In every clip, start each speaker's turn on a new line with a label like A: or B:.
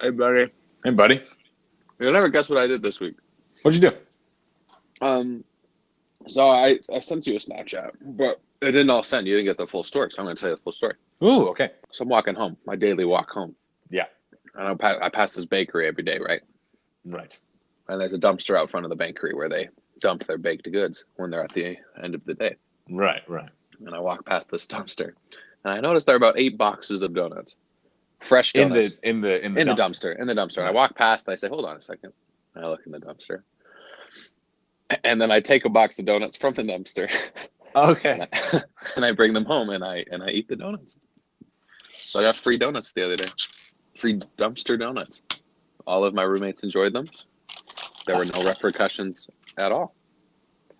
A: Hey, buddy.
B: Hey, buddy.
A: You'll never guess what I did this week.
B: What'd you do?
A: Um, so I, I sent you a Snapchat, but it didn't all send. You didn't get the full story, so I'm going to tell you the full story.
B: Ooh, okay.
A: So I'm walking home, my daily walk home.
B: Yeah.
A: And I, pa- I pass this bakery every day, right?
B: Right.
A: And there's a dumpster out front of the bakery where they dump their baked goods when they're at the end of the day.
B: Right, right.
A: And I walk past this dumpster, and I noticed there are about eight boxes of donuts, fresh
B: In
A: donuts.
B: the in the in the,
A: in the dumpster. In the dumpster. And I walk past. And I say, "Hold on a second. And I look in the dumpster, A- and then I take a box of donuts from the dumpster,
B: Okay.
A: and I bring them home, and I and I eat the donuts. So I got free donuts the other day, free dumpster donuts. All of my roommates enjoyed them. There were no repercussions at all.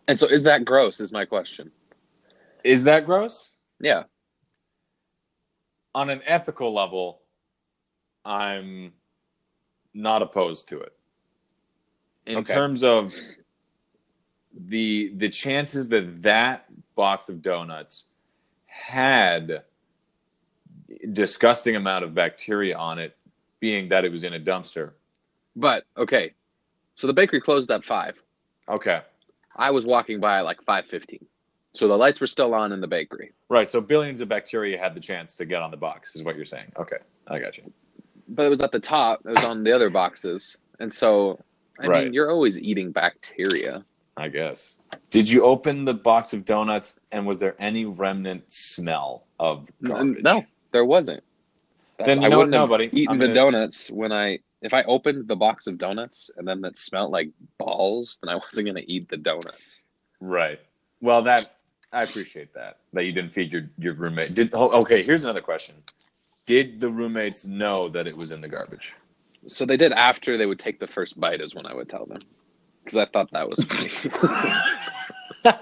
A: And so, is that gross? Is my question.
B: Is that gross?
A: Yeah.
B: On an ethical level, I'm not opposed to it. In
A: Okay.
B: terms of the the chances that that box of donuts had disgusting amount of bacteria on it, being that it was in a dumpster.
A: But okay. So the bakery closed at five.
B: Okay.
A: I was walking by at like five fifteen, so the lights were still on in the bakery.
B: Right. So billions of bacteria had the chance to get on the box, is what you're saying. Okay. I got you.
A: but it was at the top. It was on the other boxes, and so I
B: Right.
A: mean, you're always eating bacteria.
B: I guess. Did you open the box of donuts and was there any remnant smell of
A: N-
B: garbage?
A: No, there wasn't.
B: Then you know
A: I
B: what,
A: wouldn't have
B: nobody.
A: eaten
B: I'm
A: the
B: gonna-
A: donuts when I if I opened the box of donuts and then it smelled like balls, then I wasn't gonna eat the donuts.
B: Right. Well, that I appreciate that that you didn't feed your your roommate. Did oh, okay? Here's another question. Did the roommates know that it was in the garbage?
A: So they did after they would take the first bite is when I would tell them because I thought that was funny.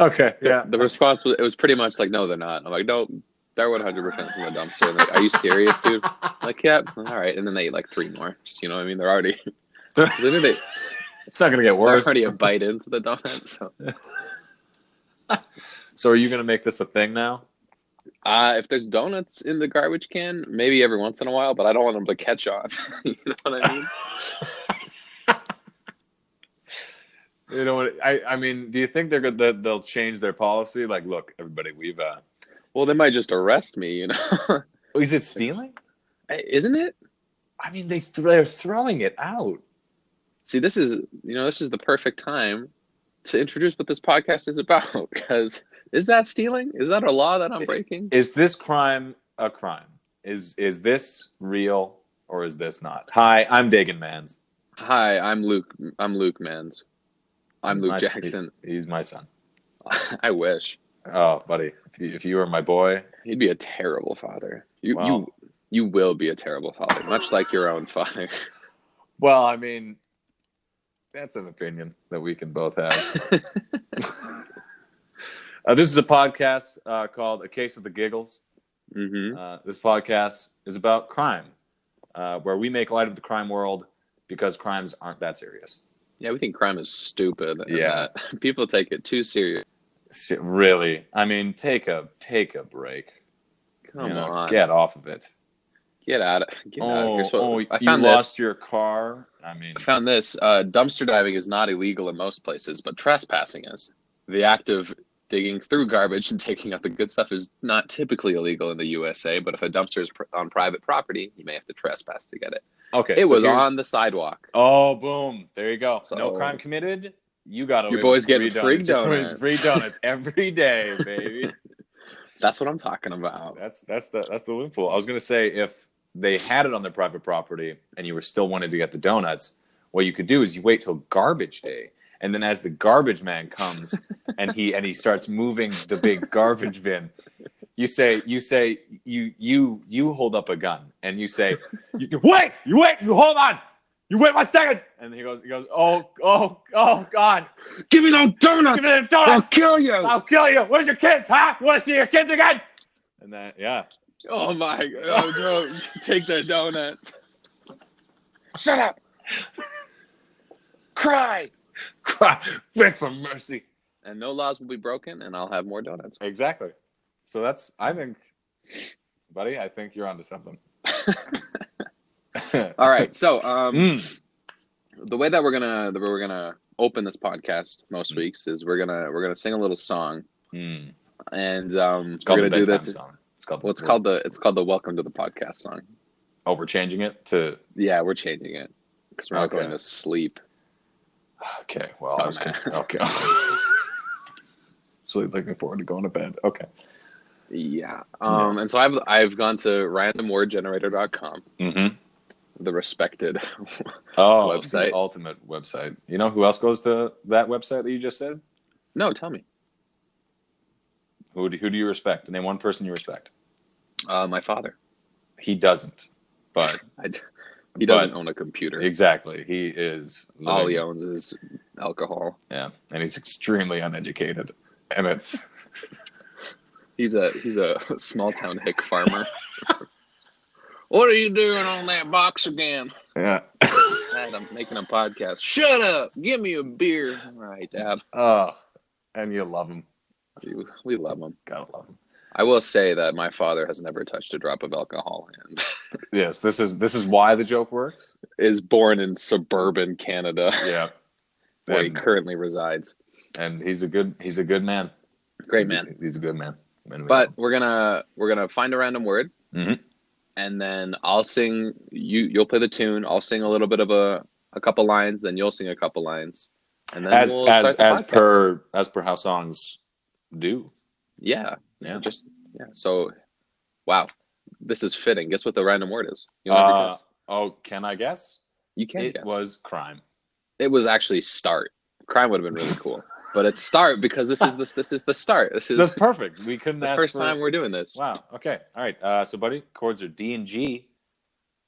B: Okay. Yeah.
A: the response was it was pretty much like no, they're not. I'm like no. They're 100% from the dumpster. And they're like, are you serious, dude? I'm like, yeah, all right. And then they eat like three more. Just, you know what I mean? They're already, they knew they,
B: It's not gonna get
A: We're
B: worse.
A: already a bite into the donut. So,
B: So are you gonna make this a thing now?
A: uh, if there's donuts in the garbage can, maybe every once in a while, but I don't want them to catch on. you know what I mean?
B: You know what? I I mean, do you think they're good? that They'll change their policy? Like, look, everybody, we've. uh
A: Well, they might just arrest me. You know,
B: Oh, Is it stealing?
A: isn't it?
B: I mean, they they're throwing it out.
A: See, this is you know this is the perfect time to introduce what this podcast is about. Because is that stealing? Is that a law that I'm breaking?
B: Is this crime a crime? Is is this real or is this not? Hi, I'm Dagan Mans.
A: Hi, I'm Luke. I'm Luke Mans. I'm
B: It's
A: Luke
B: nice to meet-
A: Jackson.
B: He's my son.
A: I wish
B: Oh, buddy, if you, if you were my boy,
A: he'd be a terrible father. You
B: Wow.
A: you you will be a terrible father, much like your own father.
B: well, I mean, that's an opinion that we can both have. uh, this is a podcast uh, called "A Case of the Giggles."
A: hmm
B: Uh, this podcast is about crime, uh, where we make light of the crime world because crimes aren't that serious.
A: Yeah, we think crime is stupid. and
B: Yeah.
A: that people take it too serious.
B: Se- Really, I mean, take a take a break.
A: Come
B: You know,
A: on, get,
B: get off of it.
A: out of get out of
B: Oh,
A: here. So
B: oh,
A: I
B: you
A: found this.
B: lost your car. I mean,
A: I found this. Uh, dumpster diving is not illegal in most places, but trespassing is. The act of digging through garbage and taking out the good stuff is not typically illegal in the USA. But if a dumpster is pr- on private property, you may have to trespass to get it.
B: okay,
A: it
B: so
A: was
B: here's-
A: on the sidewalk.
B: Oh, boom! There you go. no
A: So-
B: crime committed. You got away
A: Your boy's
B: with
A: getting free
B: Your boy's free donuts every day, baby.
A: That's what I'm talking about.
B: that's that's the that's the loophole. I was gonna say if they had it on their private property and you were still wanting to get the donuts, what you could do is you wait till garbage day, and then as the garbage man comes and he and he starts moving the big garbage bin, you say you say you you you hold up a gun and you say, you, you wait, you wait, you hold on. You wait one second, and he goes. He goes. Oh, oh, oh, God!
A: Give me those
B: Give
A: donuts.
B: me the donuts!
A: kill you.
B: I'll kill you. Where's your kids, huh? Want to see your kids again? And then, yeah.
A: Oh my! Oh no! Take the donut. Shut up. Cry.
B: Cry, beg for mercy.
A: And no laws will be broken, and I'll have more donuts.
B: Exactly. So that's, I think, buddy, I think you're onto something.
A: All right. So um,
B: Mm.
A: the way that we're gonna that we're gonna open this podcast most weeks is we're gonna we're gonna sing a little song
B: Mm.
A: and um
B: It's
A: we're
B: called
A: gonna
B: the
A: do
B: bedtime
A: this
B: song. It's called.
A: well it's called the it's called the welcome to the podcast song
B: Oh, we're changing it to.
A: yeah we're changing it because we're not
B: Okay.
A: going to sleep
B: Okay. Well,
A: Oh,
B: I was gonna,
A: Dumbass.
B: okay. so looking forward to going to bed. Okay.
A: yeah um and so i've i've gone to randomwordgenerator.com
B: Mm-hmm.
A: the respected
B: Oh,
A: Website.
B: the ultimate website. You know who else goes to that website that you just said?
A: no tell me
B: Who do, who do you respect? Name one person you respect.
A: uh my father
B: He doesn't, but
A: I, he doesn't
B: But-
A: own a computer
B: exactly, he is. living-
A: all he owns is alcohol
B: Yeah, and he's extremely uneducated, and it's
A: He's a he's a small town hick farmer. what are you doing on that box again?
B: yeah.
A: Dad, I'm making a podcast. Shut up! Give me a beer. All right, Dad.
B: Oh, and you love him.
A: You- We love him.
B: Gotta love him.
A: I will say that my father has never touched a drop of alcohol and
B: Yes, this is this is why the joke works.
A: is born in suburban Canada,
B: Yeah,
A: where he
B: And-
A: currently resides.
B: and he's a good he's a good man.
A: Great
B: He's a-
A: man.
B: He's a good man. And we
A: But we're gonna we're gonna find a random word,
B: Mhm.
A: and then I'll sing. You you'll play the tune. I'll sing a little bit of a a couple lines. Then you'll sing a couple lines, and then
B: as
A: we'll
B: as
A: start the
B: as
A: podcast.
B: per as per how songs do.
A: yeah
B: Yeah.
A: just yeah. So wow, this is fitting. Guess what the random word is? You'll never
B: Uh,
A: guess.
B: oh, can I guess?
A: You can't
B: it
A: guess.
B: was crime.
A: it was actually start. Crime would have been really cool, but it's start because this is this this is the start. This is
B: That's perfect. We couldn't
A: the
B: ask
A: first
B: for-
A: time we're doing this.
B: Wow. Okay. All right. Uh, so, buddy, chords are D and G,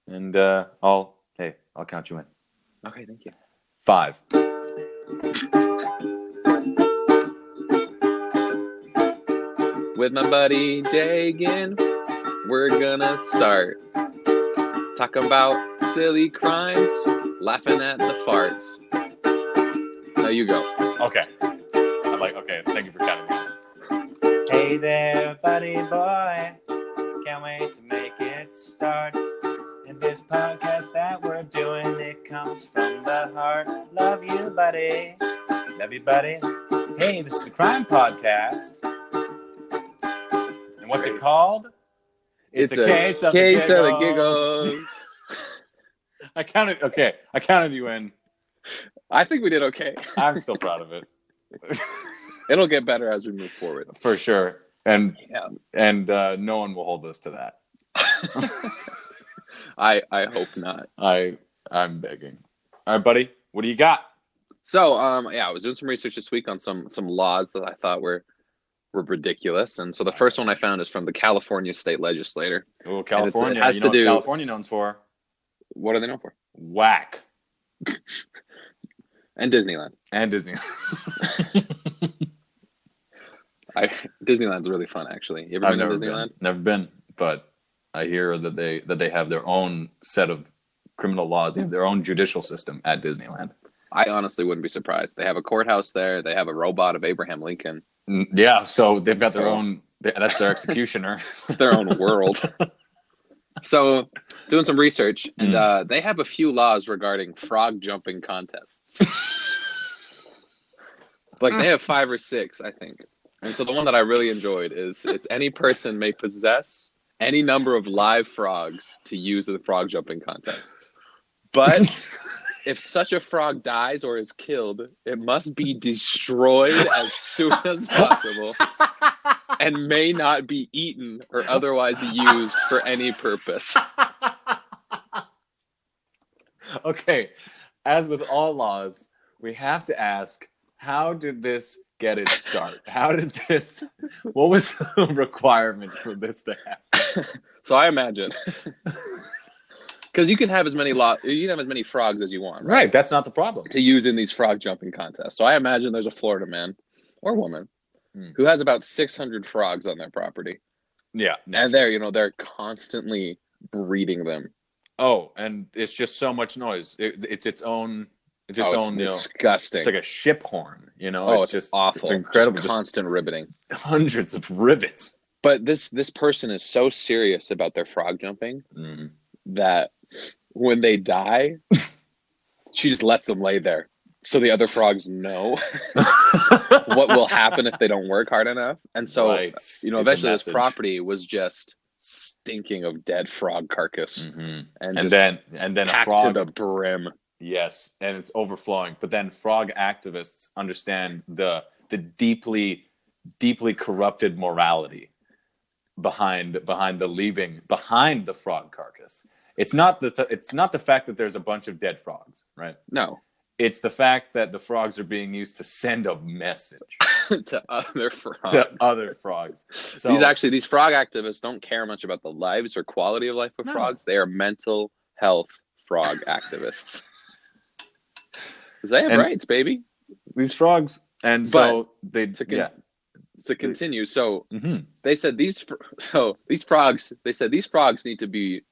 B: and uh, I'll hey, I'll count you in.
A: Okay, thank you.
B: Five.
A: With my buddy Dagan, we're gonna start talking about silly crimes, laughing at the farts. Now you go.
B: Okay. I'm like, okay, thank you for counting. Hey there, buddy boy. Can't wait to make it start. And this podcast that we're doing, it comes from the heart. Love you, buddy. Love you, buddy. Hey, this is the crime podcast. And what's it
A: Great.
B: called?
A: case of the
B: giggles.
A: giggles.
B: I counted. Okay, I counted you in.
A: I think we did okay.
B: I'm still proud of it
A: It'll get better as we move forward.
B: for sure. And
A: Yeah.
B: and uh, no one will hold us to that.
A: I I hope not.
B: I I'm begging. All right, buddy, what do you got?
A: So um yeah, I was doing some research this week on some some laws that I thought were were ridiculous. And so the first one I found is from the California state legislator.
B: Oh,
A: California.
B: California.
A: has
B: you
A: to
B: know what
A: do-
B: California known for?
A: What are they known for?
B: Whack
A: And Disneyland.
B: and Disney.
A: I Disneyland's really fun actually. You ever
B: I've
A: been to
B: never
A: Disneyland?
B: been. Never been, but I hear that they that they have their own set of criminal law. They have their own judicial system at Disneyland.
A: I honestly wouldn't be surprised. They have a courthouse there. They have a robot of Abraham Lincoln.
B: Mm, Yeah, so they've got their
A: So-
B: own. That's their executioner.
A: It's their own world. So, doing some research, and
B: Mm.
A: uh, they have a few laws regarding frog jumping contests. like they have five or six, I think. And so the one that I really enjoyed is it's any person may possess any number of live frogs to use in the frog jumping contests. But if such a frog dies or is killed, it must be destroyed as soon as possible and may not be eaten or otherwise used for any purpose.
B: okay, as with all laws, we have to ask how did this get its start? How did this, what was the requirement for this to happen?
A: So I imagine. Because you can have as many lo- you can have as many frogs as you want, right?
B: Right, that's not the problem.
A: To use in these frog jumping contests. So I imagine there's a Florida man or woman
B: Hmm.
A: who has about 600 frogs on their property,
B: Yeah.
A: and they're you know they're constantly breeding them.
B: Oh, and it's just so much noise. It, it's its own, it's
A: Oh,
B: its own, you know,
A: disgusting.
B: it's like a ship horn, you know?
A: oh, it's,
B: just
A: awful.
B: It's incredible.
A: Just
B: Just
A: constant riveting.
B: hundreds of rivets.
A: Mm. But this this person is so serious about their frog jumping that when they die, she just lets them lay there. So the other frogs know what will happen if they don't work hard enough. And so,
B: Right.
A: you know,
B: It's a
A: eventually this
B: message.
A: property was just stinking of dead frog carcass
B: Mhm.
A: and,
B: And
A: just
B: then and then a
A: packed
B: frog
A: to the brim.
B: Yes, and it's overflowing. But then frog activists understand the the deeply deeply corrupted morality behind behind the leaving behind the frog carcass. It's not the th- it's not the fact that there's a bunch of dead frogs, right?
A: No,
B: It's the fact that the frogs are being used to send a message
A: to other frogs.
B: to other frogs. So
A: these actually, these frog activists don't care much about the lives or quality of life of
B: No.
A: frogs. They are mental health frog activists. 'Cause They have
B: And-
A: rights, baby.
B: these frogs and so they
A: To, con-
B: yeah.
A: to continue, so
B: Mhm.
A: they said these fr- so these frogs they said these frogs need to be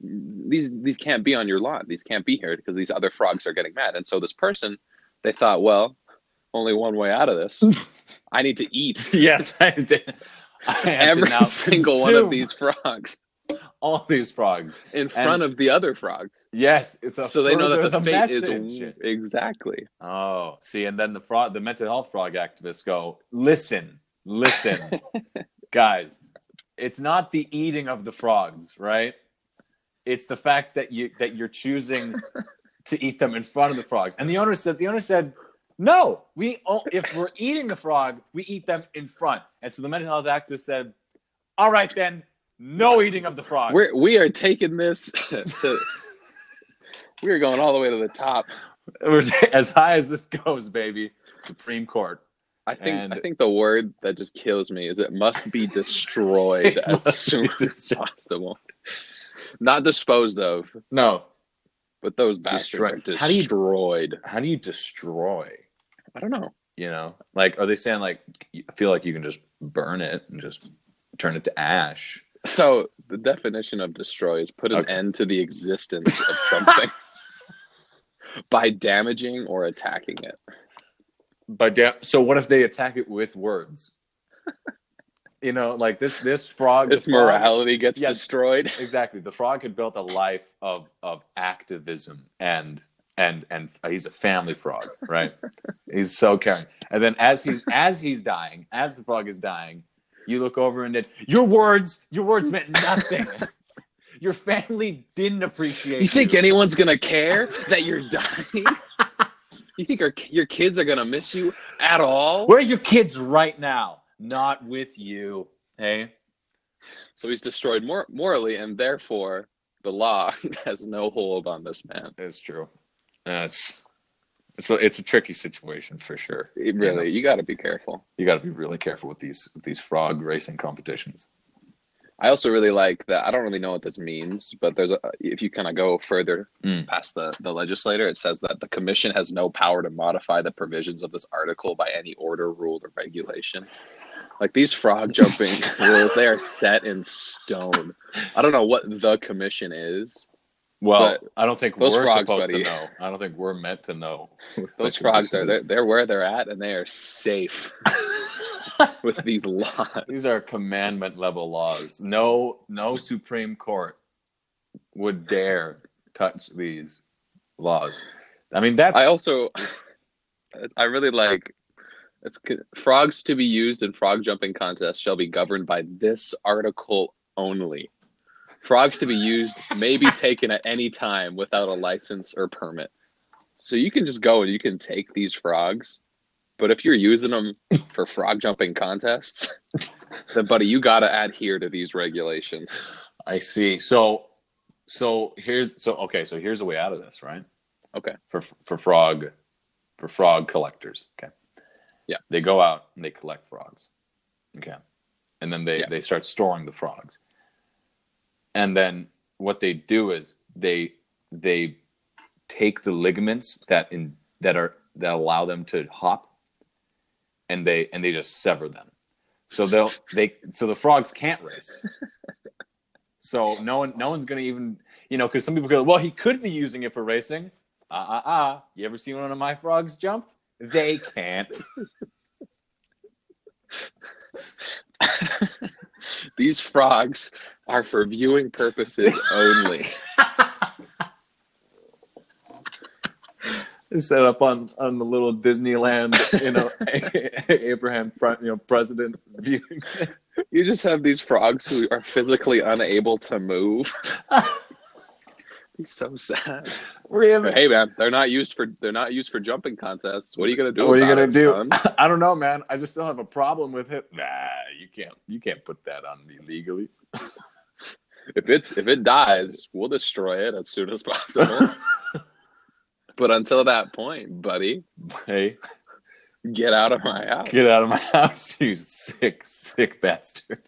A: these these can't be on your lawn these can't be here because these other frogs are getting mad and so this person they thought well only one way out of this i need to eat
B: Yes, I did. I have to
A: every
B: now
A: single one of
B: consume
A: these frogs
B: all these frogs.
A: in front of the other frogs
B: Yes, it's a
A: so they know that the,
B: further
A: fate
B: message.
A: is exactly
B: Oh, see, and then the frog, the mental health frog activists go, listen, listen, guys, it's not the eating of the frogs, right? It's the fact that you that you're choosing to eat them in front of the frogs. And the owner said, the owner said, no, we o- if we're eating the frog, we eat them in front. And so the mental health activist said, all right then, no eating of the frogs.
A: we're, we are taking this to we are going all the way to the top
B: It was as high as this goes, baby. Supreme Court.
A: I think
B: And-
A: I think the word that just kills me is it must be destroyed
B: It
A: as
B: must
A: soon
B: be
A: as possible. Not disposed of,
B: No.
A: but those bastards are
B: Destroyed. How do you-
A: destroyed.
B: How do you destroy?
A: I don't know.
B: You know, like are they saying like you feel like you can just burn it and just turn it to ash?
A: So the definition of destroy is put an
B: Okay.
A: end to the existence of something by damaging or attacking it.
B: But da- so what if they attack it with words? you know, like this this frog.
A: Its
B: the frog-
A: morality gets
B: Yeah.
A: destroyed.
B: Exactly. The frog had built a life of of activism and and and he's a family frog, right? he's so caring. And then as he's as he's dying, as the frog is dying, you look over and it, your words, your words meant nothing. your family didn't appreciate
A: You think anyone's gonna care that you're dying? you think our, your kids are gonna miss you at all?
B: Where are your kids right now? Not with you. Hey.
A: So he's destroyed mor- morally, and therefore the law has no hold on this man.
B: That's true. That's it's a, it's a tricky situation for sure.
A: It really, you got to be careful.
B: You got to be really careful with these with these frog racing competitions.
A: I also really like that. I don't really know what this means, but there's a, if you kind of go further
B: Mm.
A: past the the legislator, it says that the commission has no power to modify the provisions of this article by any order, rule, or regulation. Like these frog jumping rules, they are set in stone. I don't know what the commission is.
B: Well, I don't think we're
A: those frogs,
B: supposed
A: buddy.
B: to know. I don't think we're meant to know.
A: Those frogs are they're, they're where they're at, and they are safe with these laws.
B: These are commandment level laws. No, no Supreme Court would dare touch these laws. I mean, that's
A: I also, I really like. It's good- frogs to be used in frog jumping contests shall be governed by this article only. Frogs to be used may be taken at any time without a license or permit. So you can just go and you can take these frogs, but if you're using them for frog jumping contests, then buddy, you gotta adhere to these regulations.
B: I see. So, so here's so okay. So here's a way out of this, right?
A: Okay.
B: For for frog, for frog collectors. Okay.
A: Yeah.
B: They go out and they collect frogs. Okay. And then they
A: Yeah.
B: they start storing the frogs. And then what they do is they they take the ligaments that in that are that allow them to hop, and they and they just sever them. So they'll they so the frogs can't race. So no one, no one's gonna even, you know, because some people go, well, he could be using it for racing. Ah ah ah! You ever seen one of my frogs jump? They can't.
A: These frogs are for viewing purposes only.
B: set up on on the little Disneyland, you know, Abraham, Pre- you know, president viewing.
A: You just have these frogs who are physically unable to move. It's so sad.
B: we have,
A: But hey man, they're not used for they're not used for jumping contests. What are you gonna do?
B: what are you
A: about
B: gonna
A: it,
B: do?
A: son?
B: I don't know, man. I just still have a problem with it. Nah, you can't. You can't put that on me legally.
A: If it's if it dies, we'll destroy it as soon as possible. but until that point, buddy,
B: hey,
A: get out of my house.
B: get out of my house, you sick, sick bastard.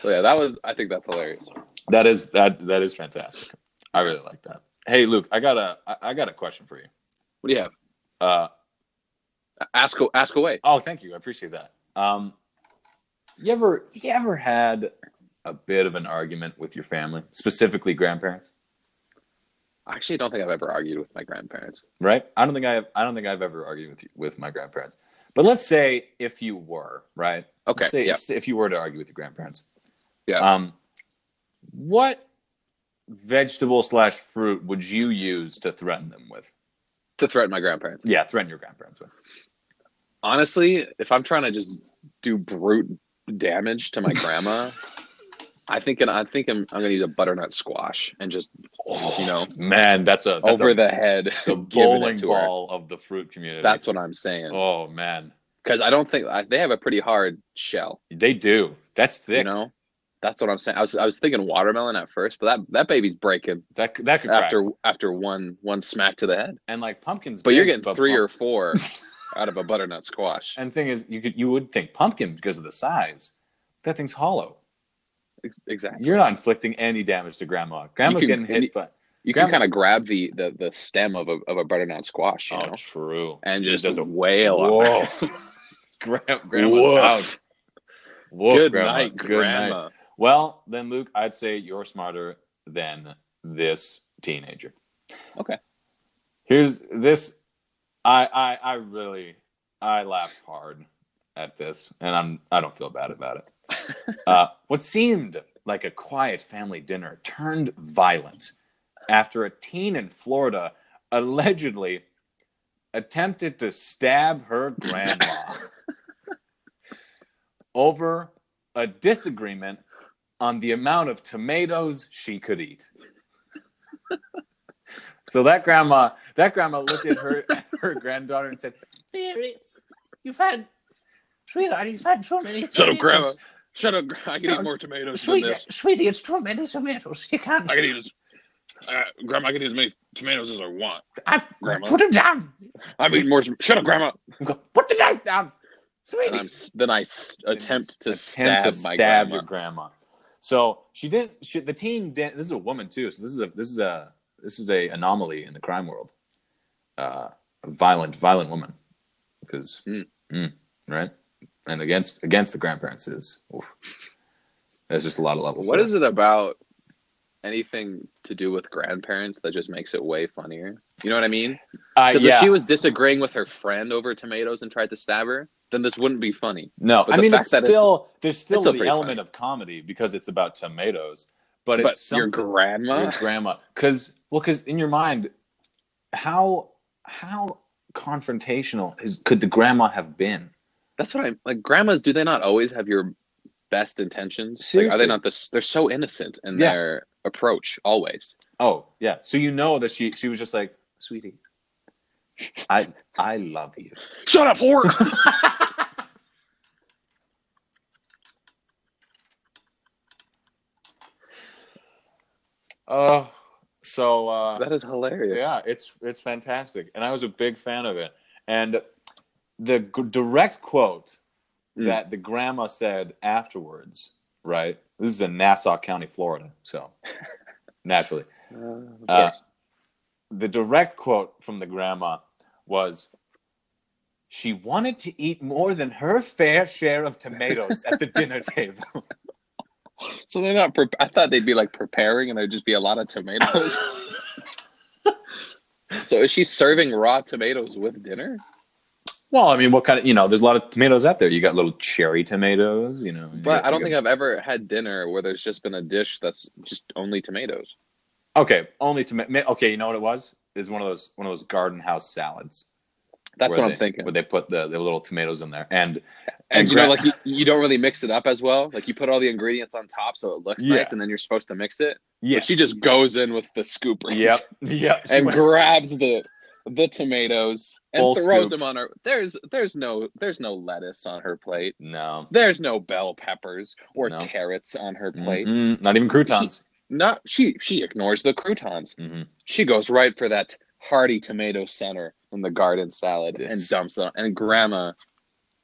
A: So yeah, that was I think that's hilarious.
B: That is that. That is fantastic. I really like that. Hey, Luke, I got a I, I got a question for you.
A: What do you have?
B: Uh,
A: Ask ask away.
B: Oh, thank you. I appreciate that. Um, you ever you ever had a bit of an argument with your family, specifically grandparents?
A: I actually don't think I've ever argued with my grandparents.
B: Right? I don't think I have. I don't think I've ever argued with you, with my grandparents. But let's say if you were right. Let's
A: Okay.
B: say
A: yeah.
B: if, if you were to argue with your grandparents.
A: Yeah.
B: Um, what vegetable slash fruit would you use to threaten them with?
A: To threaten my grandparents.
B: Yeah, threaten your grandparents with.
A: Honestly, if I'm trying to just do brute damage to my grandma, I think and I think I'm, I'm gonna use a butternut squash and just
B: Oh,
A: you know
B: man, that's a that's
A: over
B: a,
A: the head
B: the
A: giving it
B: bowling
A: to her.
B: ball of the fruit community.
A: That's what I'm saying.
B: Oh man,
A: because I don't think I, they have a pretty hard shell.
B: they do. That's thick.
A: You know, that's what I'm saying. I was I was thinking watermelon at first, but that that baby's breaking
B: that c- that could
A: after
B: crack.
A: after one one smack to the head.
B: And like pumpkins,
A: But you're
B: big,
A: getting three
B: pump-
A: or four out of a butternut squash.
B: And thing is, you could you would think pumpkin because of the size. That thing's hollow.
A: Ex- Exactly.
B: You're not inflicting any damage to grandma. Grandma's
A: can-
B: getting
A: and
B: hit,
A: you-
B: but
A: You can
B: Grandma-
A: kind of grab the, the the stem of a of a butternut squash, you
B: oh,
A: know,
B: true.
A: and
B: It
A: just
B: does a
A: wail. on her.
B: whoa. Gra- grandma's
A: Woof.
B: out. Woof,
A: Good
B: grandma.
A: night,
B: Good
A: grandma.
B: night. Well, then Luke, I'd say you're smarter than this teenager.
A: Okay.
B: Here's this I I I really I laughed hard at this and I'm I don't feel bad about it. uh, what seemed like a quiet family dinner turned violent after a teen in Florida allegedly attempted to stab her grandma over a disagreement on the amount of tomatoes she could eat. so that grandma, that grandma looked at her her granddaughter and said, "Mary, you've had, sweetheart, you've had so many
A: Shut up, grandma.
B: tomatoes.
A: Shut up. gr- I can eat more tomatoes than
C: Sweetie,
A: this.
C: sweetie, it's too many tomatoes. You can't.
A: I can eat as uh, grandma. I can eat as many tomatoes as I want.
C: I,
A: Grandma.
C: put them down.
A: I've eaten more. tom- Shut up, grandma.
C: Put the knife down.
A: and
C: Sweetie.
A: I'm, s- then I s- attempt to
B: attempt
A: stab,
B: to
A: my
B: stab
A: grandma.
B: your grandma. So she didn't. She, the teen didn't. This is a woman too. So this is a this is a this is a anomaly in the crime world. Uh, a violent, violent woman, because
A: Mm.
B: mm, right and against against the grandparents is. oof. There's just a lot of levels. Uh,
A: What is it about anything to do with grandparents that just makes it way funnier? You know what I mean?
B: Uh,
A: Because
B: yeah.
A: if she was disagreeing with her friend over tomatoes and tried to stab her, then this wouldn't be funny.
B: no,
A: but
B: I
A: the
B: mean
A: fact
B: it's
A: that it's-
B: still there's still,
A: still
B: the
A: pretty
B: element of comedy because it's about tomatoes, but,
A: But,
B: it's
A: your
B: something-
A: grandma,
B: your grandma because well because in your mind how how confrontational is, could the grandma have been
A: that's what I'm like. Grandmas, do they not always have your best intentions? Like, are
B: Seriously.
A: they not this? They're so innocent in
B: Yeah.
A: their approach always.
B: oh yeah so you know that she she was just like sweetie i i love you
A: Shut up, whore!
B: oh so uh
A: that is hilarious.
B: yeah it's it's fantastic and i was a big fan of it and the g- direct quote
A: Mm.
B: that the grandma said afterwards right this is in nassau county florida so naturally
A: Uh, of
B: Uh,
A: course.
B: the direct quote from the grandma was she wanted to eat more than her fair share of tomatoes at the dinner table.
A: so they're not. Pre- I thought they'd be like preparing, and there'd just be a lot of tomatoes. So is she serving raw tomatoes with dinner?
B: well, I mean, what kind of, you know, there's a lot of tomatoes out there. You got little cherry tomatoes, you know. you
A: But
B: got-
A: I don't
B: you
A: think
B: got-
A: I've ever had dinner where there's just been a dish that's just only tomatoes.
B: Okay, only tomato. Okay, you know what it was? is one of those one of those garden house salads.
A: That's
B: where
A: what
B: they-
A: I'm thinking.
B: Where they put the, the little tomatoes in there, and
A: and
B: and
A: you know,
B: gra-
A: like you, you don't really mix it up as well. Like you put all the ingredients on top so it looks
B: Yeah.
A: nice, and then you're supposed to mix it.
B: yeah,
A: But she just goes in with the scooper.
B: yep, yep, She
A: and
B: went-
A: grabs the the tomatoes and
B: Full
A: throws
B: scoop.
A: them on her. There's there's no there's no lettuce on her plate.
B: no,
A: There's no bell peppers or
B: No. Mm-hmm.
A: carrots on her plate.
B: Mm-mm, not even croutons.
A: Not she she ignores the croutons.
B: hmm
A: She goes right for that hearty tomato center in the garden salad and
B: This-
A: dumps it. on- And grandma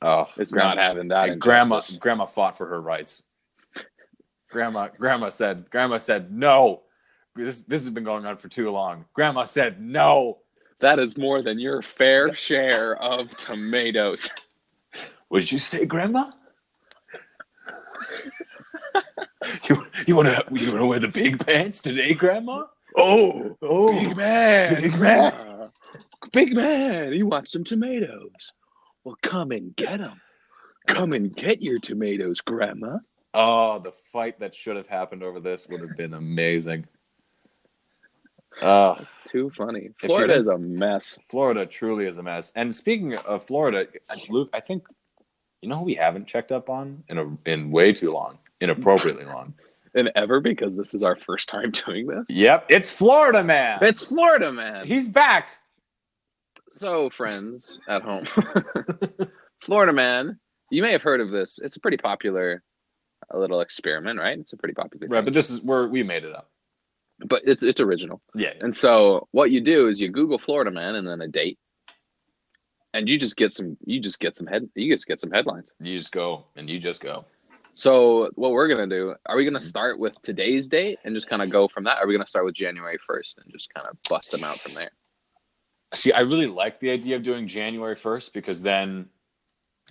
B: Oh,
A: is
B: grandma-
A: not having that.
B: and grandma
A: injustice.
B: grandma fought for her rights grandma grandma said grandma said no this this has been going on for too long grandma said no
A: that is more than your fair share of tomatoes.
B: would you say grandma you you want to you want to wear the big pants today grandma
A: Oh,
B: oh
A: big man,
B: big man.
A: Ah, big man. You want some tomatoes? Well, come and get them. Come and get your tomatoes, Grandma.
B: oh the fight that should have happened over this would have been amazing Ugh.
A: That's too funny.
B: you
A: Florida
B: didn't-
A: is a mess.
B: Florida truly is a mess. And speaking of Florida, I- Luke, I think you know who we haven't checked up on in a in way too long, inappropriately long.
A: And ever because this is our first time doing this.
B: Yep, it's Florida man.
A: It's Florida, man.
B: He's back.
A: So, friends at home, Florida Man, you may have heard of this. It's a pretty popular uh little experiment, right? It's a pretty popular,
B: Right,
A: thing.
B: but this is where we made it up.
A: but it's it's original.
B: Yeah.
A: And so, what you do is you Google Florida Man and then a date, and you just get some you just get some head you just get some headlines.
B: You just go and you just go.
A: So, what we're gonna do? Are we gonna
B: Mm-hmm.
A: start with today's date and just kind of go from that? Are we gonna start with January first and just kind of bust them out from there?
B: See, I really like the idea of doing January first because then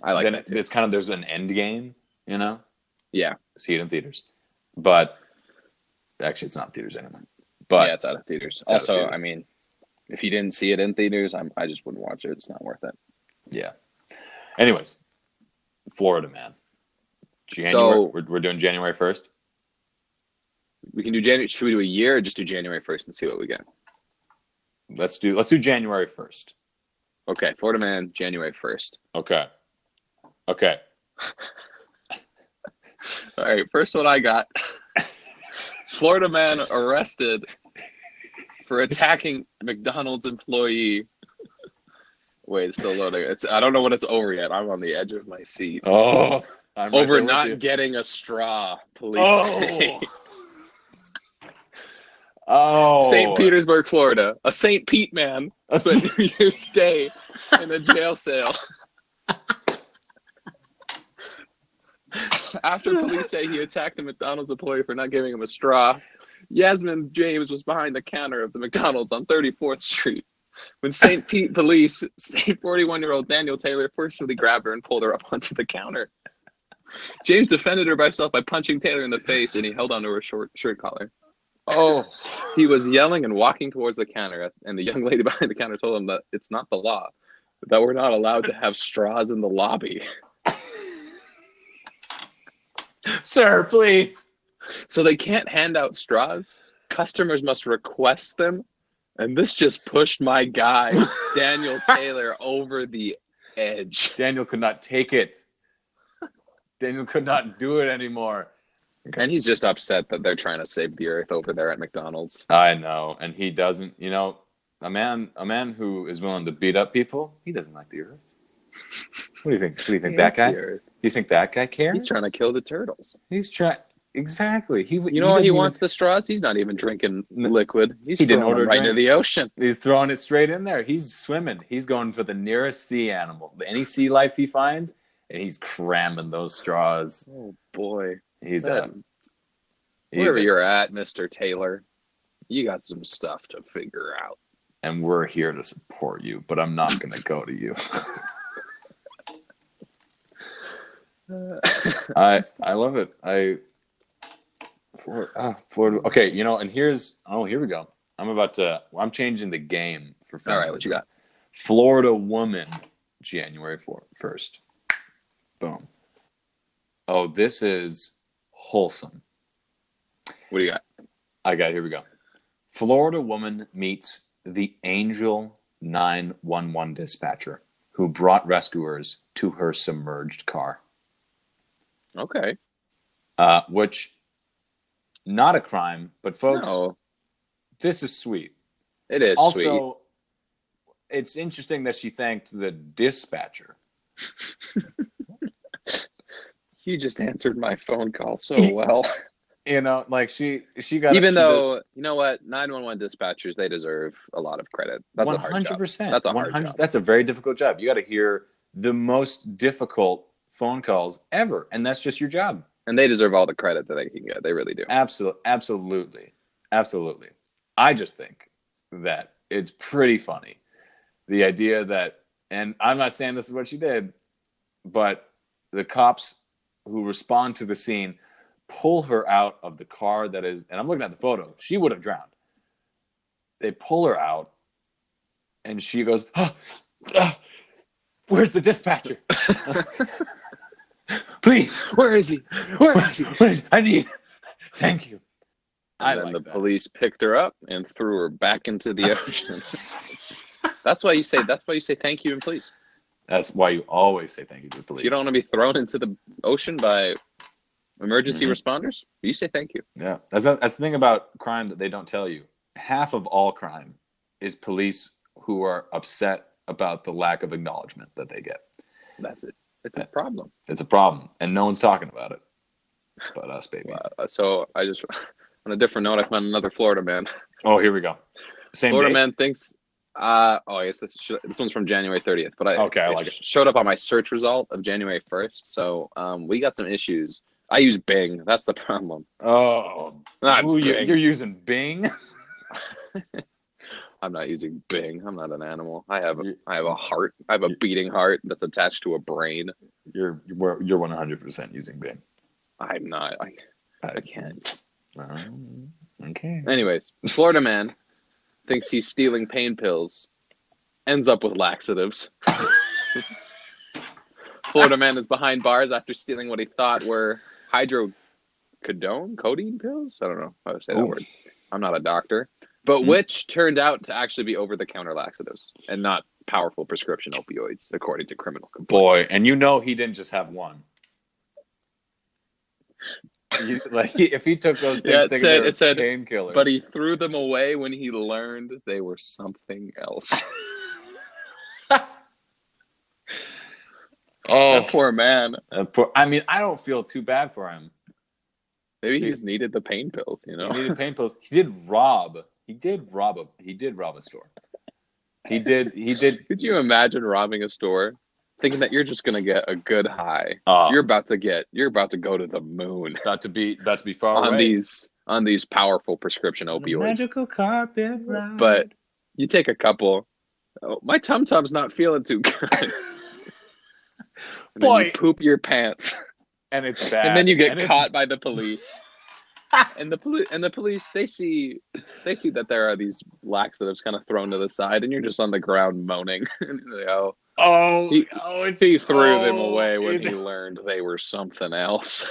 A: I like
B: then
A: that.
B: it- it's kind of there's an end game, you know?
A: Yeah.
B: See it in theaters. But actually it's not theaters anymore.
A: But
B: But
A: yeah, it's out of theaters.
B: It's out of
A: Also,
B: theaters.
A: I mean, if you didn't see it in theaters, I'm, I just wouldn't watch it. It's not worth it.
B: Yeah. Anyways, Florida man. January.
A: So-
B: we're, we're doing January first.
A: We can do January. Should we do a year or just do January first and see what we get?
B: Let's do let's do January first.
A: Okay, Florida Man, January first.
B: Okay. Okay.
A: All right, first one I got. Florida man arrested for attacking McDonald's employee. Wait, it's still loading. It's I don't know when it's over yet. I'm on the edge of my seat.
B: Oh, I'm right
A: Over
B: there with you.
A: not getting a straw, police. say.
B: Oh. oh.
A: St. Petersburg, Florida. A St. Pete man
B: That's
A: spent New Year's Day in a jail cell. After police say he attacked a McDonald's employee for not giving him a straw, Yasmin James was behind the counter of the McDonald's on 34th Street when St. Pete police say 41 year old Daniel Taylor forcefully grabbed her and pulled her up onto the counter. James defended her by herself by punching Taylor in the face and he held onto her short shirt collar.
B: oh.
A: He was yelling and walking towards the counter, and the young lady behind the counter told him that it's not the law, that we're not allowed to have straws in the lobby.
B: Sir, please.
A: So they can't hand out straws. Customers must request them. And this just pushed my guy, Daniel Taylor, over the edge.
B: Daniel could not take it. Daniel could not do it anymore.
A: And he's just upset that they're trying to save the earth over there at McDonald's.
B: I know, and he doesn't. You know, a man, a man who is willing to beat up people, he doesn't like the earth. What do you think? What do you think that
A: It's
B: guy?
A: the earth.
B: You think that guy cares?
A: He's trying to kill the turtles.
B: He's trying. Exactly. He.
A: You know why he
B: doesn't
A: wants the straws? He's not even drinking liquid. He's
B: He
A: he
B: didn't
A: didn't
B: order a
A: right
B: drink.
A: into the ocean.
B: even- he's throwing it straight in there. He's swimming. He's going for the nearest sea animal, any sea life he finds, and he's cramming those straws.
A: Oh boy.
B: He's
A: That
B: a. He's
A: Wherever
B: a
A: you're at, Mr. Taylor, you got some stuff to figure out.
B: and we're here to support you, but I'm not going to go to you. I I love it. I Florida, ah, Florida. Okay, you know, and here's oh here we go. I'm about to. I'm changing the game for.
A: All right, what you got?
B: Florida woman, January first. Boom. Oh, this is wholesome.
A: What do you got?
B: I got it. Here we go. Florida woman meets the Angel 911 dispatcher who brought rescuers to her submerged car,
A: Okay.
B: uh, which not a crime, but folks,
A: No,
B: this is sweet.
A: it is
B: also,
A: sweet.
B: it's interesting that she thanked the dispatcher.
A: You just answered my phone call so well.
B: You know, like she she got
A: Even
B: she
A: though you know what, nine one one dispatchers they deserve a lot of credit. That's a
B: one
A: hard
B: hundred
A: job.
B: percent.
A: That's a hard job.
B: That's a very difficult job. You got to hear the most difficult phone calls ever, and that's just your job.
A: and they deserve all the credit that they can get. They really do.
B: Absolutely, absolutely, absolutely. I just think that it's pretty funny the idea that, and I'm not saying this is what she did, but the cops who respond to the scene pull her out of the car that is, and I'm looking at the photo. She would have drowned. They pull her out, and she goes, "Ah, ah, "Where's the dispatcher? Please,
A: Where is he? Where is he?
B: please, I need. Thank you."
A: And
B: I
A: then
B: like
A: the
B: that.
A: police picked her up and threw her back into the ocean. that's why you say. That's why you say thank you and please.
B: That's why you always say thank you to the police.
A: You don't want to be thrown into the ocean by emergency
B: Mhm.
A: responders. You say thank you.
B: yeah, that's that's the thing about crime that they don't tell you. Half of all crime is police who are upset about the lack of acknowledgement that they get.
A: That's it. It's a problem.
B: It's a problem, and no one's talking about it. But us, baby.
A: Uh, so I just on a different note, I found another Florida man.
B: Oh, here we go. Same
A: Florida
B: date?
A: man thinks. Uh, oh, yes, this, sh- this one's from January 30th, but I
B: Okay, I like
A: it. Showed up on my search result of January 1st, so um, we got some issues. I use Bing. That's the problem.
B: Oh,
A: Not
B: ooh, you,
A: Bing.
B: you're using Bing.
A: I'm not using Bing. I'm not an animal. I have a,
B: You-
A: I have a heart. I have a beating heart that's attached to a brain.
B: You're you're you're 100 percent using Bing.
A: I'm not. I, I can't.
B: Um, okay.
A: Anyways, Florida man thinks he's stealing pain pills, ends up with laxatives. Florida man is behind bars after stealing what he thought were hydrocodone, codeine pills. I don't know how to say that
B: Ooh.
A: word. I'm not a doctor, but
B: Hmm.
A: which turned out to actually be over-the-counter laxatives and not powerful prescription opioids, according to criminal complaints.
B: boy and you know he didn't just have one You- like he, if he took those things
A: Yeah, it
B: thinking
A: said-
B: they were
A: it said,
B: painkillers
A: But he threw them away when he learned they were something else.
B: oh
A: That poor man.
B: uh, poor- i mean i don't feel too bad for him
A: Maybe he just needed the pain pills, you know?
B: he needed pain pills he did rob he did rob a he did rob a store he did he did
A: Could you imagine robbing a store thinking that you're just gonna get a good high?
B: uh
A: You're about to get you're about to go to the moon
B: about to be about to be far
A: on
B: away
A: these on these powerful prescription
B: On a
A: opioids.
B: magical carpet ride.
A: But you take a couple. Oh, my tum tum's not feeling too good. And then you
B: Boy.
A: poop your pants,
B: and it's bad
A: and then you get
B: it's-
A: caught by the police. and the police and the police they see they see that there are these laxatives kind of thrown to the side, and you're just on the ground moaning. and they go,
B: oh
A: He-
B: oh it's
A: He threw them
B: oh,
A: away when
B: it-
A: he learned they were something else.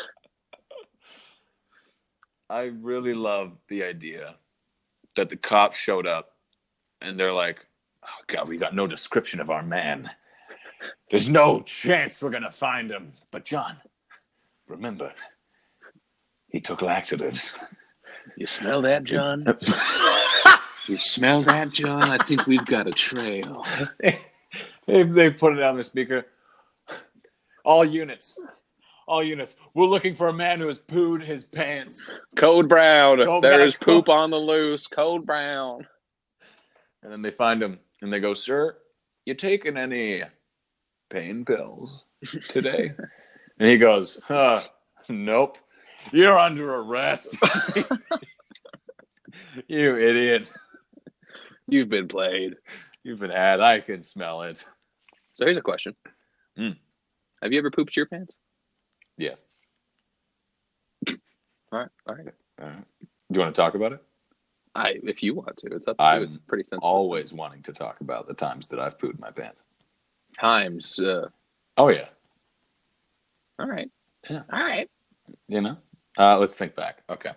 B: I really love the idea that the cops showed up and they're like, oh God, we got no description of our man. There's no chance we're going to find him. But, John, remember, he took laxatives.
A: You smell that, John? You smell that, John? I think we've got a trail.
B: they, they put it on the speaker. All units, all units, we're looking for a man who has pooed his pants.
A: Code Brown. There
B: Go
A: is
B: back.
A: poop on the loose. Code Brown.
B: And then they find him and they go, Sir, you taking any pain pills today? and he goes, huh, Nope. You're under arrest. you idiot.
A: You've been played.
B: You've been had. I can smell it.
A: So here's a question. Hmm.
B: Mm.
A: Have you ever pooped your pants?
B: Yes.
A: All right, all right.
B: All right. Do you want to talk about it?
A: I, if you want to, it's up to
B: I'm
A: you. It's pretty sensitive.
B: Always wanting to talk about the times that I've pooed my pants.
A: times. Uh,
B: Oh, yeah.
A: all right,
B: Yeah.
A: all right.
B: You know? Uh, let's think back. Okay.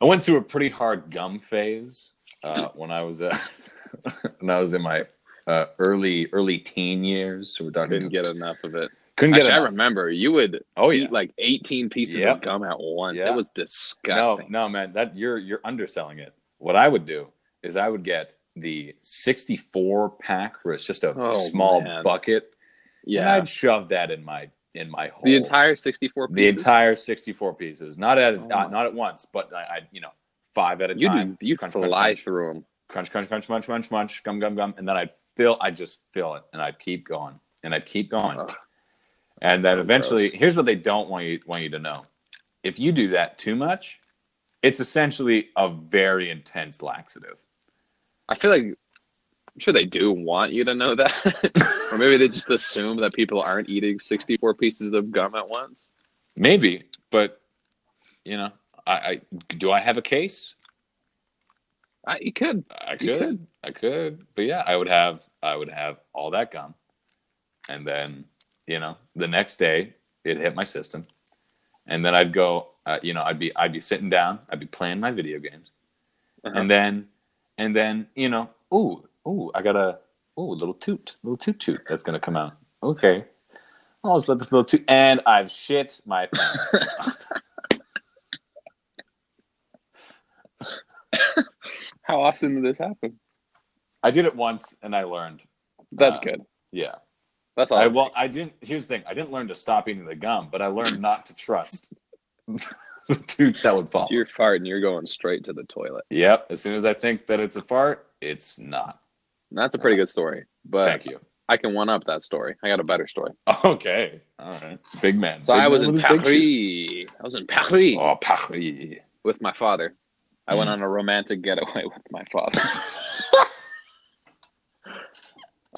B: I went through a pretty hard gum phase uh, when I was uh, when I was in my uh, early early teen years. Or Dr.
A: Couldn't
B: Dukes.
A: get enough of it.
B: Couldn't get
A: Actually, I
B: enough.
A: remember you would
B: Oh yeah.
A: eat like 18 pieces
B: Yep.
A: of gum at once.
B: Yeah.
A: It was disgusting.
B: No, no, man, that you're you're underselling it. What I would do is I would get the 64 pack where it's just a
A: Oh,
B: small
A: man.
B: bucket, and
A: yeah.
B: I'd shove that in my in my hole.
A: The entire 64
B: the
A: pieces.
B: entire 64 pieces, not at a-
A: Oh,
B: not,
A: my.
B: not at once, but I, I you know five at a time.
A: You'd, you'd
B: Crunch, crunch,
A: fly
B: crunch.
A: through them.
B: crunch, crunch, crunch, munch, munch, munch, gum, gum, gum, and then I'd fill. I'd just fill it, and I'd keep going, and I'd keep going,
A: Ugh.
B: and then
A: So
B: eventually,
A: gross.
B: here's what they don't want you want you to know: if you do that too much, it's essentially a very intense laxative.
A: I feel like I'm sure they do want you to know that. or maybe they just assume that people aren't eating 64 pieces of gum at once.
B: Maybe, but you know, I, I do. I have a case.
A: I, you could.
B: I
A: You
B: could,
A: could.
B: I could, but yeah, I would have, I would have all that gum, and then you know, the next day it hit my system, and then I'd go, uh, you know, I'd be, I'd be sitting down, I'd be playing my video games,
A: Uh-huh.
B: and then, and then you know, ooh, ooh, I got a, ooh, little toot, little toot toot that's gonna come out. Okay, I'll just let this little toot, and I've shit my pants.
A: How often did this happen?
B: I did it once, and I learned.
A: That's
B: Uh,
A: good.
B: Yeah.
A: That's all.
B: I
A: it
B: well, I didn't. Here's the thing: I didn't learn to stop eating the gum, but I learned not to trust the toots that would fall.
A: takes. You're farting. You're going straight to the toilet.
B: Yep. As soon as I think that it's a fart, it's not.
A: And that's a pretty good story. But
B: Thank you.
A: I can one up that story. I got a better story.
B: Okay. All right. Big man.
A: So
B: Big
A: I was
B: man
A: in
B: with his big
A: Paris.
B: shoes.
A: I was in Paris
B: Oh, Paris.
A: with my father. I went
B: Mm.
A: on a romantic getaway with my father.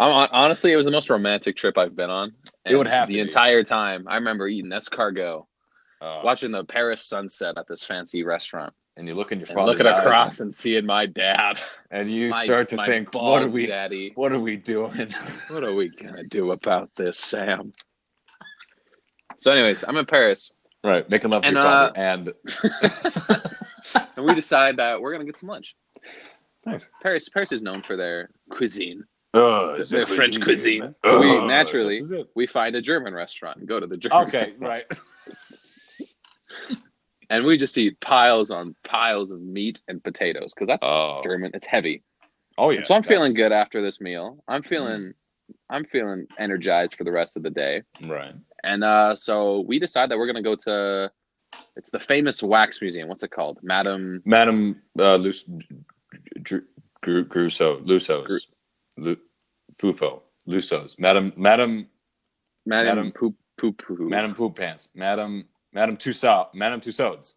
A: I'm hon- honestly, it was the most romantic trip I've been on.
B: It would have
A: the
B: to be.
A: entire time. I remember eating escargot,
B: Uh,
A: watching the Paris sunset at this fancy restaurant,
B: and you look in your
A: and
B: father's
A: looking
B: eyes
A: across and seeing my dad.
B: and, and you
A: my-
B: start to
A: my
B: think, what
A: bald
B: are we?
A: daddy?
B: What are we doing?
A: What are we gonna do about this, Sam? So, anyways, I'm in Paris,
B: right. Making love to
A: And,
B: your
A: uh,
B: father. And
A: and we decide that we're gonna get some lunch.
B: nice.
A: Paris, Paris is known for their cuisine.
B: Uh,
A: The-
B: is
A: the
B: it
A: French cuisine. So we
B: Uh,
A: naturally-
B: this is it.
A: We find a German restaurant and go to the German.
B: Okay.
A: restaurant.
B: Right.
A: And we just eat piles on piles of meat and potatoes because that's
B: Oh.
A: German. It's heavy.
B: Oh yeah.
A: so I'm feeling
B: that's- Mm-hmm.
A: good after this meal. I'm feeling, I'm feeling energized for the rest of the day.
B: Right.
A: And uh, so we decide that we're gonna go to, it's the famous wax museum. What's it called, Madame?
B: Madam uh, Lus- Dr- Gru- Gruso, Lusos, Lu- Fufo, Lusos, Madam, Madam,
A: Madame,
B: Madame-
A: Poop Poop Poop.
B: Madam Poop Pants, Madam, Madam Tussaud, Madame Tussauds,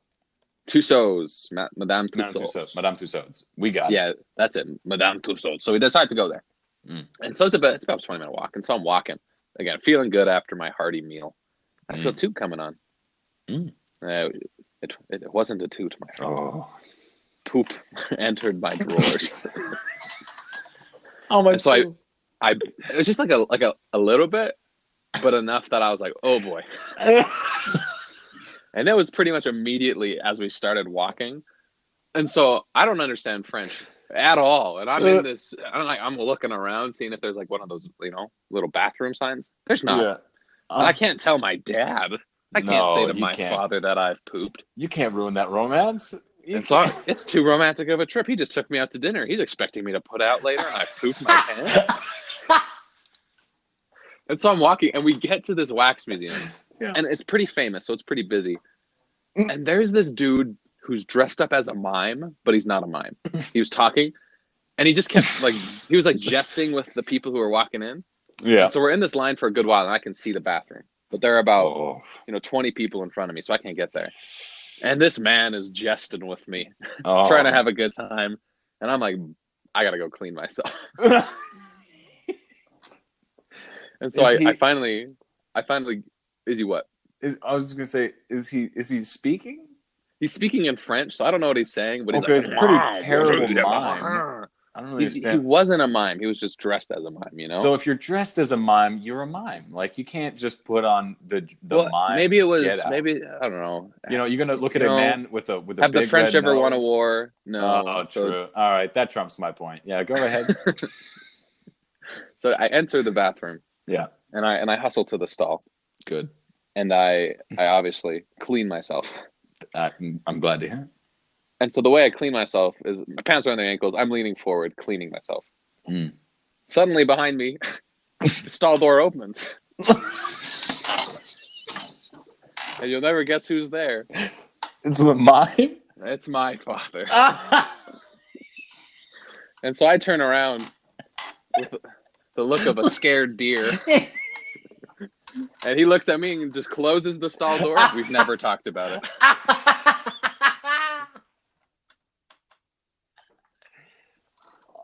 A: Tussauds. Ma- Madame
B: Madame
A: Tussauds.
B: Tussauds, Madame Tussauds. We got it.
A: Yeah, that's it, Madame Tussauds. So we decide to go there,
B: Mm.
A: and so it's about it's about a twenty minute walk. And so I'm walking again, feeling good after my hearty meal. I feel a
B: Mm.
A: toot coming on.
B: Mm.
A: Uh, it, it it wasn't a toot, my friend.
B: Oh,
A: poop entered my drawers.
B: oh my!
A: It's like- I it was just like a like a, a little bit, but enough that I was like, oh boy. And it was pretty much immediately as we started walking. And so I don't understand French at all. And I'm
B: Uh,
A: in this I'm like I'm looking around seeing if there's like one of those, you know, little bathroom signs. There's not.
B: yeah.
A: And I can't tell my dad. I can't
B: No,
A: say to
B: you
A: my
B: can't.
A: father that I've pooped.
B: you can't ruin that romance. You
A: And so I- it's too romantic of a trip. He just took me out to dinner. He's expecting me to put out later, and I pooped my pants. and so I'm walking, and we get to this wax museum,
B: Yeah.
A: and it's pretty famous, so it's pretty busy. And there's this dude who's dressed up as a mime, but he's not a mime. He was talking, and he just kept like he was like jesting with the people who were walking in.
B: can't. yeah.
A: And so we're in this line for a good while, and I can see the bathroom, but there are about
B: Oh,
A: you know 20 people in front of me, so I can't get there. And this man is jesting with me
B: oh.
A: trying to have a good time, and I'm like, I gotta go clean myself. And so
B: Is
A: I,
B: he-
A: I finally, I finally, is he what?
B: is, I was just gonna say, is he is he speaking?
A: He's speaking in French, so I don't know what he's saying, but he's
B: Okay,
A: like,
B: it's a pretty
A: "Wow,
B: terrible
A: what a
B: mime. I don't really
A: He's, he
B: understand.
A: wasn't a mime. He was just dressed as a mime. You know.
B: So if you're dressed as a mime, you're a mime. Like you can't just put on the the
A: Well,
B: mime.
A: maybe it was.
B: get out.
A: Maybe I don't know.
B: you know you're gonna look at
A: You
B: a
A: know,
B: man with a with a
A: have
B: big
A: the French
B: red
A: ever won a
B: nose.
A: war? No.
B: oh,
A: so,
B: true. All right, that trumps my point. Yeah, go ahead.
A: So I enter the bathroom.
B: Yeah.
A: And I and I hustle to the stall,
B: Good.
A: and I I obviously clean myself.
B: I, I'm glad to hear.
A: And so the way I clean myself is my pants are on their ankles. I'm leaning forward, cleaning myself.
B: Hmm.
A: Suddenly behind me, the stall door opens. and you'll never guess who's there.
B: it. It's the mime.
A: It's my father.
C: Uh.
B: oh
A: And so I turn around with the look of a scared deer. and he looks at me and just closes the stall door. We've never talked about it.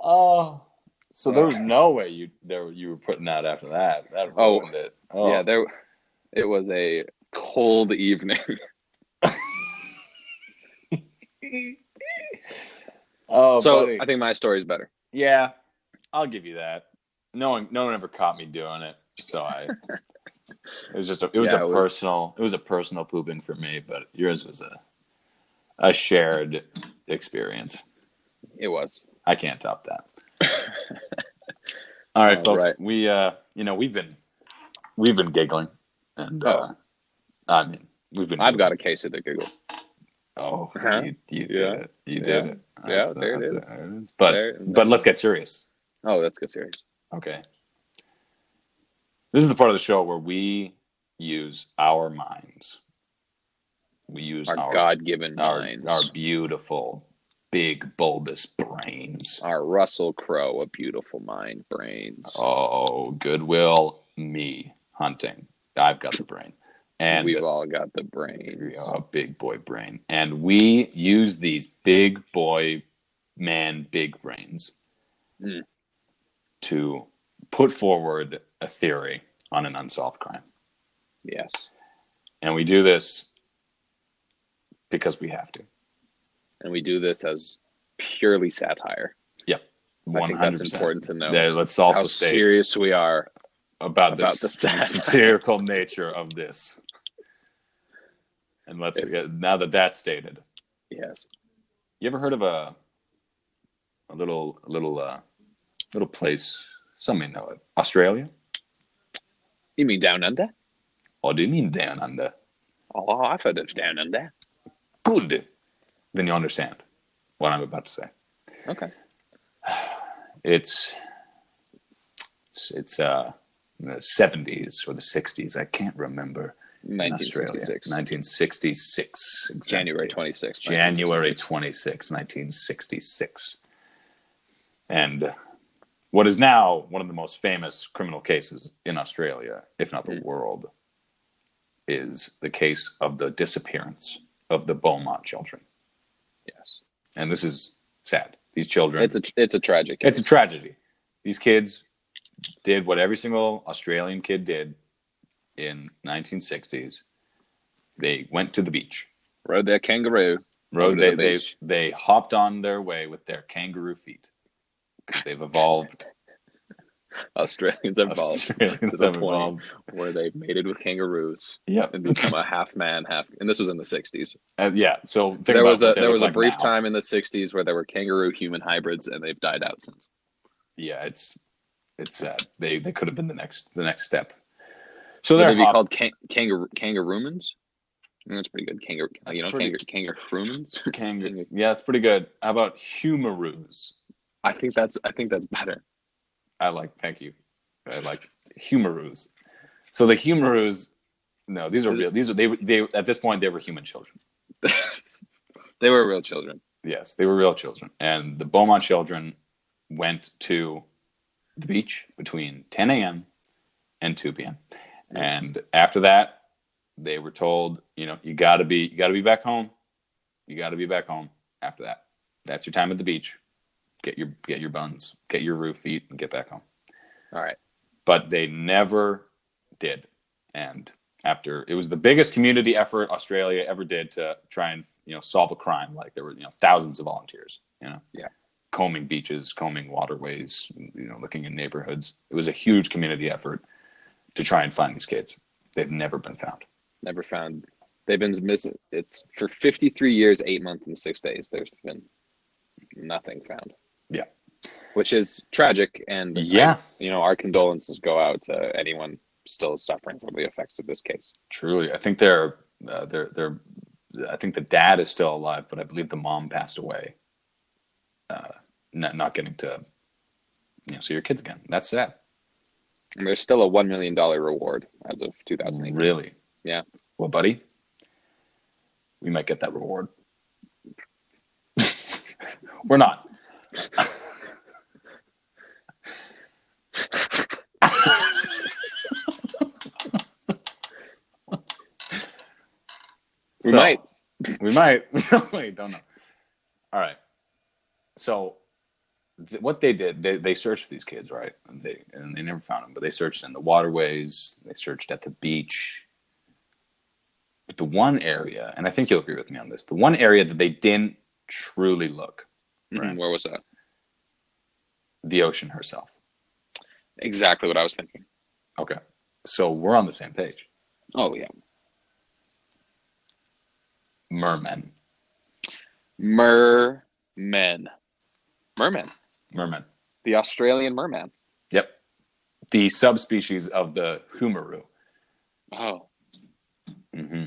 A: Oh.
B: so there was no way you there you were putting out after that. That
A: Oh,
B: ruined it. Oh.
A: Yeah, there it was a cold evening.
B: Oh,
A: so
B: buddy.
A: I think my story's better.
B: Yeah, I'll give you that. No one, no one ever caught me doing it, so I. it was just a, it was
A: Yeah,
B: a
A: it was-
B: personal, it was a personal pooping for me, but yours was a, a shared experience.
A: It was.
B: I can't top that. All right,
A: All
B: folks.
A: right.
B: We, uh, you know, we've been, we've been giggling, and uh, I mean, we've been.
A: Oh. I've got a case of the giggles.
B: Oh,
A: Huh?
B: you, you
A: Yeah.
B: did it. You
A: Yeah.
B: did it.
A: Yeah, there it
B: that's
A: is.
B: There it is. But
A: There-
B: but let's get serious.
A: Oh, that's good series.
B: Okay. This is the part of the show where we use our minds. We use
A: Our
B: our
A: God given
B: our,
A: minds.
B: our beautiful, big, bulbous brains.
A: Our Russell Crowe, a beautiful mind, brains.
B: Oh, goodwill, me hunting. I've got the brain. And
A: We've all got the brains.
B: a big boy brain. And we use these big boy man big brains
A: Mm.
B: to put forward a theory on an unsolved crime.
A: Yes.
B: And we do this because we have to.
A: And we do this as purely satire. I think that's
B: 100%.
A: important to know.
B: There- let's also
A: How
B: say
A: serious we are.
B: about,
A: about
B: this,
A: the
B: the
A: satire.
B: satirical nature of this. And let's now that that's stated,
A: Yes.
B: You ever heard of a a little a little uh little place? Some may know it. Australia?
A: You mean down under?
B: Or Oh, do you mean down under?
A: Oh, I've heard of down under.
B: Good. Then you understand what I'm about to say.
A: Okay.
B: It's it's, it's uh in the seventies or the sixties, I can't remember. in Australia.
A: 1966.
B: 1966. exactly.
A: January 26th.
B: January 26, 1966. And what is now one of the most famous criminal cases in Australia, if not the
A: Mm.
B: world, is the case of the disappearance of the Beaumont children.
A: Yes.
B: And this is sad. These children,
A: It's a, it's a tragic
B: it's a
A: case.
B: tragedy. These kids did what every single Australian kid did in 1960s. They went to the beach
A: Rode their kangaroo. Over
B: Road,
A: to
B: they,
A: the
B: they
A: beach.
B: they hopped on their way with their kangaroo feet. 'Cause They've evolved.
A: Australians involved.
B: Australians
A: to the
B: have
A: point.
B: evolved.
A: where they mated with kangaroos
B: Yeah,
A: and become a half man, half. And this was in the '60s.
B: Uh, yeah. So think
A: there
B: about
A: was
B: what
A: a
B: they
A: there
B: look
A: was a
B: like
A: brief
B: now.
A: time in the '60s where there were kangaroo human hybrids, and they've died out since.
B: Yeah, it's it's sad. They they could have been the next the next step. So
A: Would
B: they're
A: they be
B: hop-
A: called can, kangaroo kangaroomans? Mm, That's pretty good. Kangaroo, you know,
B: That's pretty-
A: kangaroo kangaroomans.
B: kangaroo. Yeah, it's pretty good. How about humaroos?
A: I think that's I think that's better.
B: I like. Thank you. I like humaroos. So the humaroos. No, these are real. These are they. were- They at this point they were human children.
A: They were real children.
B: Yes, they were real children. And the Beaumont children went to the beach between 10 a.m. and 2 p.m. And after that, they were told, you know, you got to be you got to be back home. You got to be back home after that. That's your time at the beach. Get your get your buns, get your roof feet and get back home.
A: All right.
B: But they never did. And after it was the biggest community effort Australia ever did to try and you know solve a crime. Like there were you know thousands of volunteers. You know,
A: Yeah.
B: combing beaches, combing waterways, you know, looking in neighborhoods. It was a huge community effort to try and find these kids. They've never been found.
A: Never found. They've been missing. It's for 53 years, eight months, and six days. There's been nothing found.
B: Yeah.
A: Which is tragic. And
B: Yeah.
A: you know, our condolences go out to anyone still suffering from the effects of this case.
B: Truly, I think they're uh, they're they're. I think the dad is still alive, but I believe the mom passed away. Uh, not not getting to, you know, see your kids again. That's sad.
A: And there's still a $1 million reward as of 2018.
B: Really.
A: Yeah.
B: Well, buddy, we might get that reward. We're not.
A: We
B: So-
A: might.
B: We might. We don't, we don't know. All right. So, th- what they did, they, they searched for these kids, right? And they and they never found them, but they searched in the waterways. They searched at the beach. But the one area, and I think you'll agree with me on this, the one area that they didn't truly look, Right.
A: Mm-hmm. Where was that?
B: the ocean herself.
A: Exactly what I was thinking.
B: Okay. So we're on the same page.
A: Oh, yeah.
B: Mermen.
A: Mermen. Merman.
B: Mermen.
A: The Australian merman.
B: Yep. The subspecies of the humaru.
A: Oh.
B: Mm-hmm.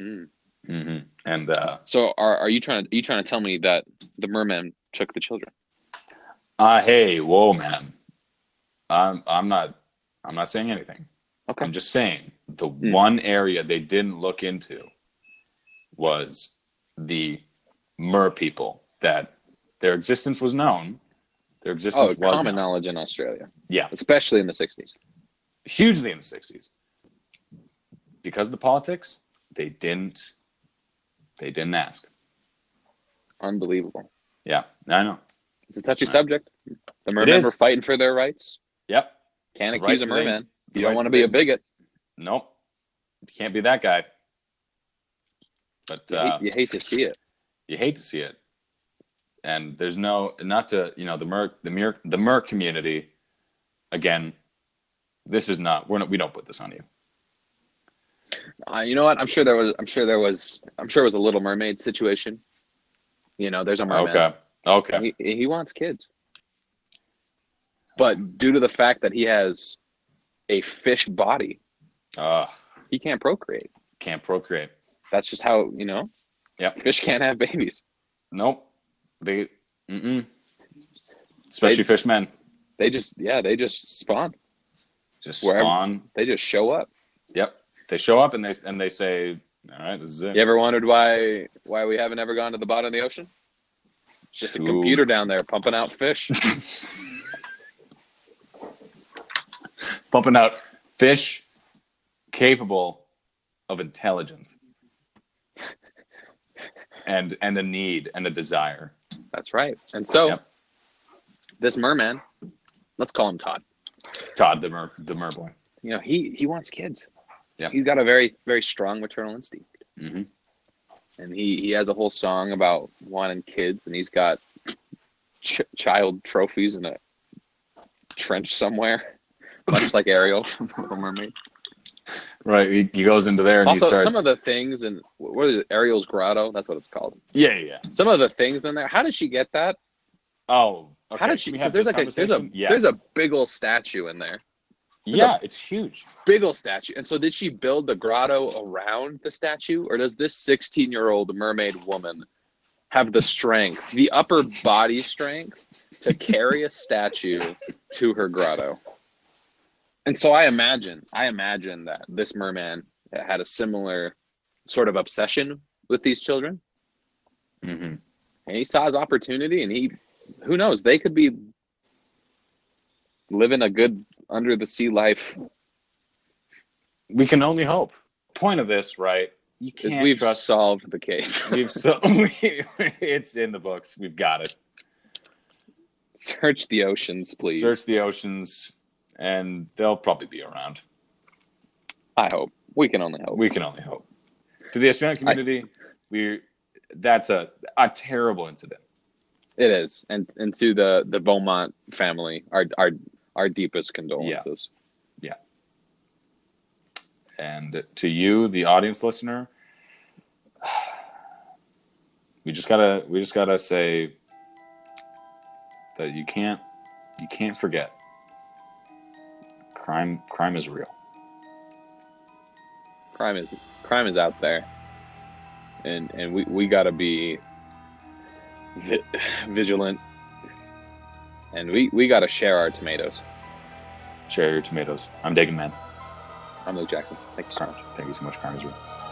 A: Mm.
B: Mm-hmm. And uh,
A: So are are you trying to you trying to tell me that the merman took the children?
B: Uh, hey, whoa, man. I'm I'm not I'm not saying anything.
A: Okay. Hmm.
B: I'm just saying the one area they didn't look into was the mer people that their existence was known. Their
A: Oh,
B: existence was
A: common
B: known.
A: knowledge in Australia,
B: Yeah,
A: especially in the sixties.
B: hugely in the 60s. Because of the politics, they didn't they didn't ask.
A: Unbelievable.
B: Yeah, I know.
A: It's a touchy
B: Right.
A: subject. The mermen
B: is.
A: were fighting for their rights.
B: Yep.
A: Can't
B: The
A: accuse
B: rights
A: a
B: that they-
A: merman.
B: the
A: you don't
B: rights
A: want to
B: that
A: be a
B: they-
A: bigot.
B: Nope. Can't be that guy. But
A: You,
B: uh,
A: hate, you hate to see it.
B: you hate to see it. And there's no not to you know the Merc the Merc the Merc community. Again, this is not we're not we don't put this on you.
A: Uh, you know what? I'm sure there was. I'm sure there was. I'm sure it was a Little Mermaid situation. You know, there's a merman.
B: Okay, okay,
A: He, he wants kids. But due to the fact that he has a fish body,
B: uh,
A: he can't procreate.
B: can't procreate.
A: That's just how, you know,
B: Yep.
A: fish can't have babies.
B: Nope, they mm-mm. especially fishmen
A: They just, yeah, they just spawn.
B: just
A: Wherever-
B: spawn.
A: They just show up.
B: Yep, they show up and they and they say, all right, this is it.
A: You ever wondered why why we haven't ever gone to the bottom of the ocean? It's just a
B: Too-
A: computer down there pumping out fish.
B: pumping out fish capable of intelligence and and a need and a desire.
A: That's right. And so
B: Yep.
A: this merman, let's call him Todd.
B: Todd the mer the mer boy.
A: You know, he he wants kids.
B: Yep.
A: He's got a very very strong maternal instinct.
B: hmm
A: and he he has a whole song about wanting kids, and he's got ch- child trophies in a trench somewhere, much like Ariel from Little Mermaid.
B: Right, he, he goes into there and he
A: Also,
B: starts.
A: some of the things and what is it, Ariel's grotto? That's what it's called.
B: yeah, yeah. yeah.
A: Some of the things in there. How did she get that?
B: Oh, okay.
A: How did she?
B: Can we
A: Because
B: have
A: there's
B: this
A: like a there's a
B: conversation? yeah,
A: there's a big old statue in there,
B: yeah. it's huge.
A: big old statue. And so, did she build the grotto around the statue, or does this 16 year old mermaid woman have the strength, the upper body strength, to carry a statue to her grotto. And so I imagine, I imagine that this merman had a similar sort of obsession with these children,
B: Mm-hmm.
A: and he saw his opportunity, and he, who knows, they could be living a good under the sea life.
B: We can only hope. Point of this, right? You
A: Is
B: can't
A: we've
B: trust.
A: solved the case.
B: We've so we, it's in the books. We've got it.
A: Search the oceans, please.
B: Search the oceans, and they'll probably be around.
A: I hope we can only hope.
B: We can only hope. To the Australian community, we that's a a terrible incident.
A: It is, and and to the the Beaumont family, our our our deepest condolences.
B: And to you, the audience listener, we just gotta we just gotta say that you can't you can't forget. Crime crime is real.
A: Crime is crime is out there, and and we we gotta be vi- vigilant, and we we gotta share our tomatoes.
B: Share your tomatoes. I'm Dagan Mance.
A: I'm Luke Jackson. Thank you so much.
B: Crime. Thank you so much. Crime is real.